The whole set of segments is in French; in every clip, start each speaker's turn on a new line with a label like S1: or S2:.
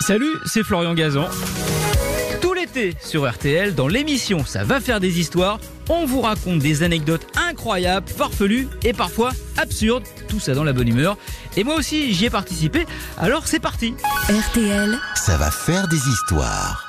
S1: salut, c'est Florian Gazan. Tout l'été sur RTL, dans l'émission Ça va faire des histoires, on vous raconte des anecdotes incroyables, farfelues et parfois absurdes, tout ça dans la bonne humeur. Et moi aussi, j'y ai participé, alors c'est parti.
S2: RTL,
S3: Ça va faire des histoires.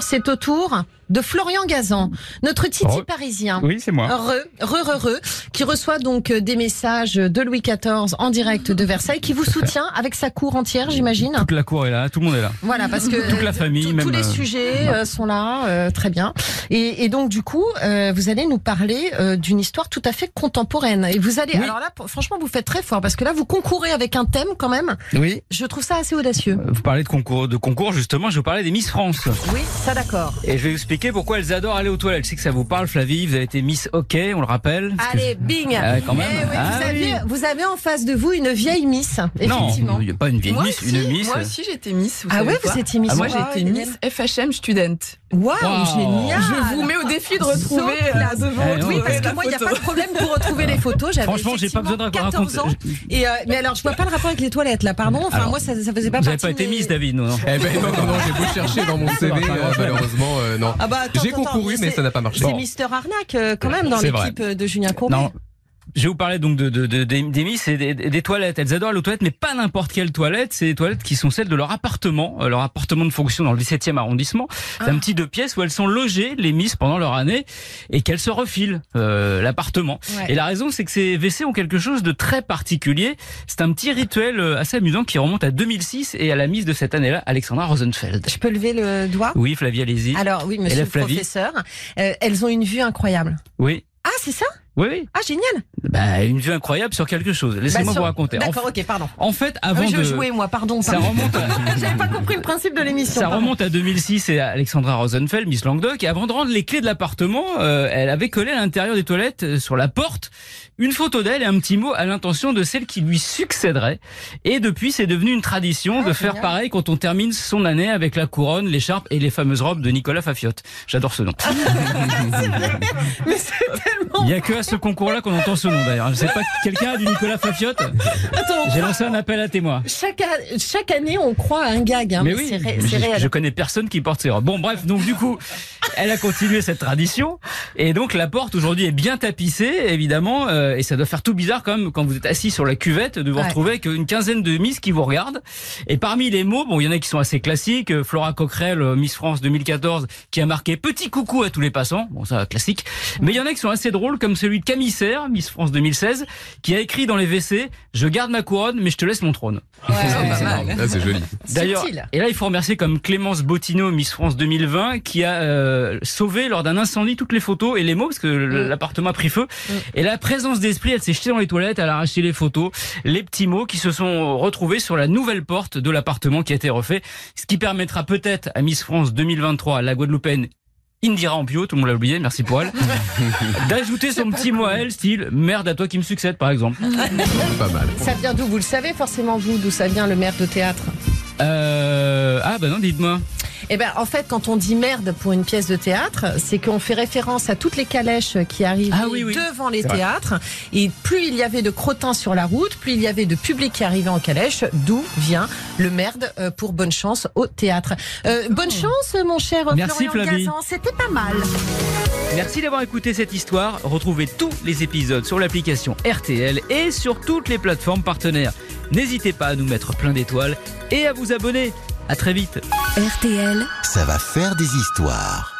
S4: C'est au tour de Florian Gazan, notre Titi
S5: Heureux.
S4: parisien.
S5: Oui, c'est moi.
S4: Heureux, heureux, heureux, qui reçoit donc euh, des messages de Louis XIV en direct de Versailles, qui vous soutient avec sa cour entière, j'imagine.
S1: Toute la cour est là, tout le monde est là.
S4: Voilà, parce que
S1: Toute la famille,
S4: tous-
S1: même.
S4: tous les
S1: euh,
S4: sujets euh, sont là, euh, très bien. Et, et donc du coup, euh, vous allez nous parler euh, d'une histoire tout à fait contemporaine. Et vous allez,
S1: Oui.
S4: alors là, pour- franchement, vous faites très fort parce que là, vous concourez avec un thème quand même.
S1: Oui.
S4: Je trouve ça assez audacieux.
S1: Euh, Vous parlez de concours, de concours justement, je vous parlais des Miss France.
S4: Oui, ça d'accord.
S1: Et je vais vous expliquer pourquoi elles adorent aller aux toilettes. Je sais que ça vous parle, Flavie, vous avez été Miss Hockey, on le rappelle. parce que-
S4: Allez, bing.
S1: Ah, quand même.
S4: Eh oui,
S1: Ah
S4: vous,
S1: oui.
S4: avez, vous avez en face de vous une vieille Miss,
S1: Non,
S4: effectivement.
S1: il n'y a pas une vieille
S6: Moi
S1: Miss,
S6: aussi,
S1: une Miss.
S6: Moi aussi, j'étais Miss. Vous
S4: Ah
S6: savez
S4: ouais,
S6: pas
S4: vous étiez Miss.
S1: Ah,
S6: Moi,
S1: bon
S6: j'étais Miss FHM Student.
S4: Waouh,
S1: Wow.
S4: génial.
S6: Je vous mets au défi de retrouver
S4: Saute
S6: euh,
S4: la
S6: de vous
S1: Eh,
S6: retrouver
S4: Oui, parce que
S6: la
S4: moi, il n'y a
S6: photo.
S4: pas de problème pour retrouver les photos. J'avais
S1: Franchement, j'ai pas besoin de
S4: effectivement 14
S1: raconter.
S4: ans. Et euh, mais alors, je vois pas le rapport avec les toilettes, là. Pardon. Enfin,
S1: Alors,
S4: moi, ça, ça faisait pas
S1: Vous n'avez
S4: partie.
S1: pas été
S4: de mes-
S1: Miss, David, non, non.
S7: Eh ben non, non, non, j'ai beau chercher dans mon CV,
S1: va pas
S7: euh,
S1: marcher.
S7: malheureusement, euh, non.
S4: Ah bah, attends,
S7: J'ai
S4: attends,
S7: concouru,
S4: attends,
S7: mais
S4: c'est-
S7: ça n'a pas marché.
S4: C'est Mister Arnaque euh, quand même dans
S7: C'est vrai.
S4: l'équipe euh, de Julien Courbet.
S1: Non. Je vais vous parler donc de, de- de- des, des Miss et des, des- des toilettes. Elles adorent les toilettes, mais pas n'importe quelle toilette. C'est des toilettes qui sont celles de leur appartement, euh, leur appartement de fonction dans le 17e arrondissement. C'est
S4: Ah.
S1: un petit deux pièces où elles sont logées, les Miss, pendant leur année, et qu'elles se refilent euh, l'appartement.
S4: Ouais.
S1: Et la raison, c'est que ces WC ont quelque chose de très particulier. C'est un petit rituel euh, assez amusant qui remonte à 2006 et à la Miss de cette année-là, Alexandra Rosenfeld.
S4: Je peux lever le doigt
S1: Oui, Flavie, allez-y.
S4: Alors, oui, monsieur
S1: la
S4: le
S1: Flavie
S4: professeur. euh, elles ont une vue incroyable.
S1: Oui.
S4: Ah, c'est ça
S1: Oui, oui.
S4: Ah, génial.
S1: Bah, une vue incroyable sur quelque chose. Laissez-moi
S4: Bah, sur-
S1: vous raconter. En,
S4: D'accord, ok, pardon.
S1: en fait,
S4: Ah
S1: avant
S4: oui, je
S1: de...
S4: jouais, moi, pardon.
S1: Ça
S4: pardon.
S1: remonte à...
S4: J'avais pas compris le principe de l'émission.
S1: Ça
S4: pardon.
S1: remonte à 2006 et à Alexandra Rosenfeld, Miss Languedoc. Et avant de rendre les clés de l'appartement, euh, elle avait collé à l'intérieur des toilettes, euh, sur la porte, une photo d'elle et un petit mot à l'intention de celle qui lui succéderait. Et depuis, c'est devenu une tradition
S4: Ah,
S1: de faire pareil quand on termine son année avec la couronne, l'écharpe et les fameuses robes de Nicolas Fafiotte. J'adore ce nom.
S4: Ah, Mais c'est tellement.
S1: Il n'y a que à ce concours-là qu'on entend ce nom d'ailleurs. Je sais pas, quelqu'un a du Nicolas Fafiotte
S4: Attends,
S1: J'ai lancé un appel à témoins.
S4: chaque, a- chaque année, on croit à un gag. Hein,
S1: Mais oui,
S4: c'est ré-
S1: mais
S4: c'est
S1: je,
S4: réel.
S1: je connais personne qui porte ses robes. Bon, bref, donc du coup, elle a continué cette tradition. Et donc, la porte aujourd'hui est bien tapissée, évidemment. euh, et ça doit faire tout bizarre quand même, quand vous êtes assis sur la cuvette, de vous
S4: Ouais.
S1: retrouver avec une quinzaine de Miss qui vous regardent. Et parmi les mots, bon, il y en a qui sont assez classiques. euh, Flora Coquerel, euh, Miss France 2014, qui a marqué petit coucou à tous les passants. Bon, ça, classique. Mais il y en a qui sont assez drôles, comme celui de Camissaire, Miss France 2016, qui a écrit dans les WC, je garde ma couronne, mais je te laisse mon trône.
S4: Ouais, ouais, ouais.
S7: C'est énorme. Ah, c'est joli.
S1: D'ailleurs,
S4: Subtil.
S1: et là il faut remercier comme Clémence Bottineau, Miss France 2020, qui a euh, sauvé lors d'un incendie toutes les photos et les mots parce que le-
S4: Mm.
S1: l'appartement a pris feu. Et la présence d'esprit, elle s'est jetée dans les toilettes, elle a arraché les photos, les petits mots qui se sont retrouvés sur la nouvelle porte de l'appartement qui a été refait, ce qui permettra peut-être à Miss France 2023, la Guadeloupéenne. Indira Ampio, tout le monde l'a oublié, merci pour elle, d'ajouter son petit mot à elle, style merde à toi qui me succède par exemple.
S7: Pas mal.
S4: Ça vient d'où Vous le savez forcément, vous, d'où ça vient le maire de théâtre
S1: Euh... Ah bah non, dites-moi.
S4: Eh ben, en fait, quand on dit merde pour une pièce de théâtre, c'est qu'on fait référence à toutes les calèches qui arrivent
S1: Ah oui, oui.
S4: devant les théâtres. Et plus il y avait de crottins sur la route, plus il y avait de public qui arrivait en calèche, d'où vient le merde euh, pour bonne chance au théâtre. Euh, bonne chance, mon cher
S1: Oh. Merci,
S4: Florian
S1: Flavie.
S4: Gazan. C'était pas mal.
S1: Merci d'avoir écouté cette histoire. Retrouvez tous les épisodes sur l'application RTL et sur toutes les plateformes partenaires. N'hésitez pas à nous mettre plein d'étoiles et à vous abonner. À très vite.
S2: RTL.
S3: Ça va faire des histoires.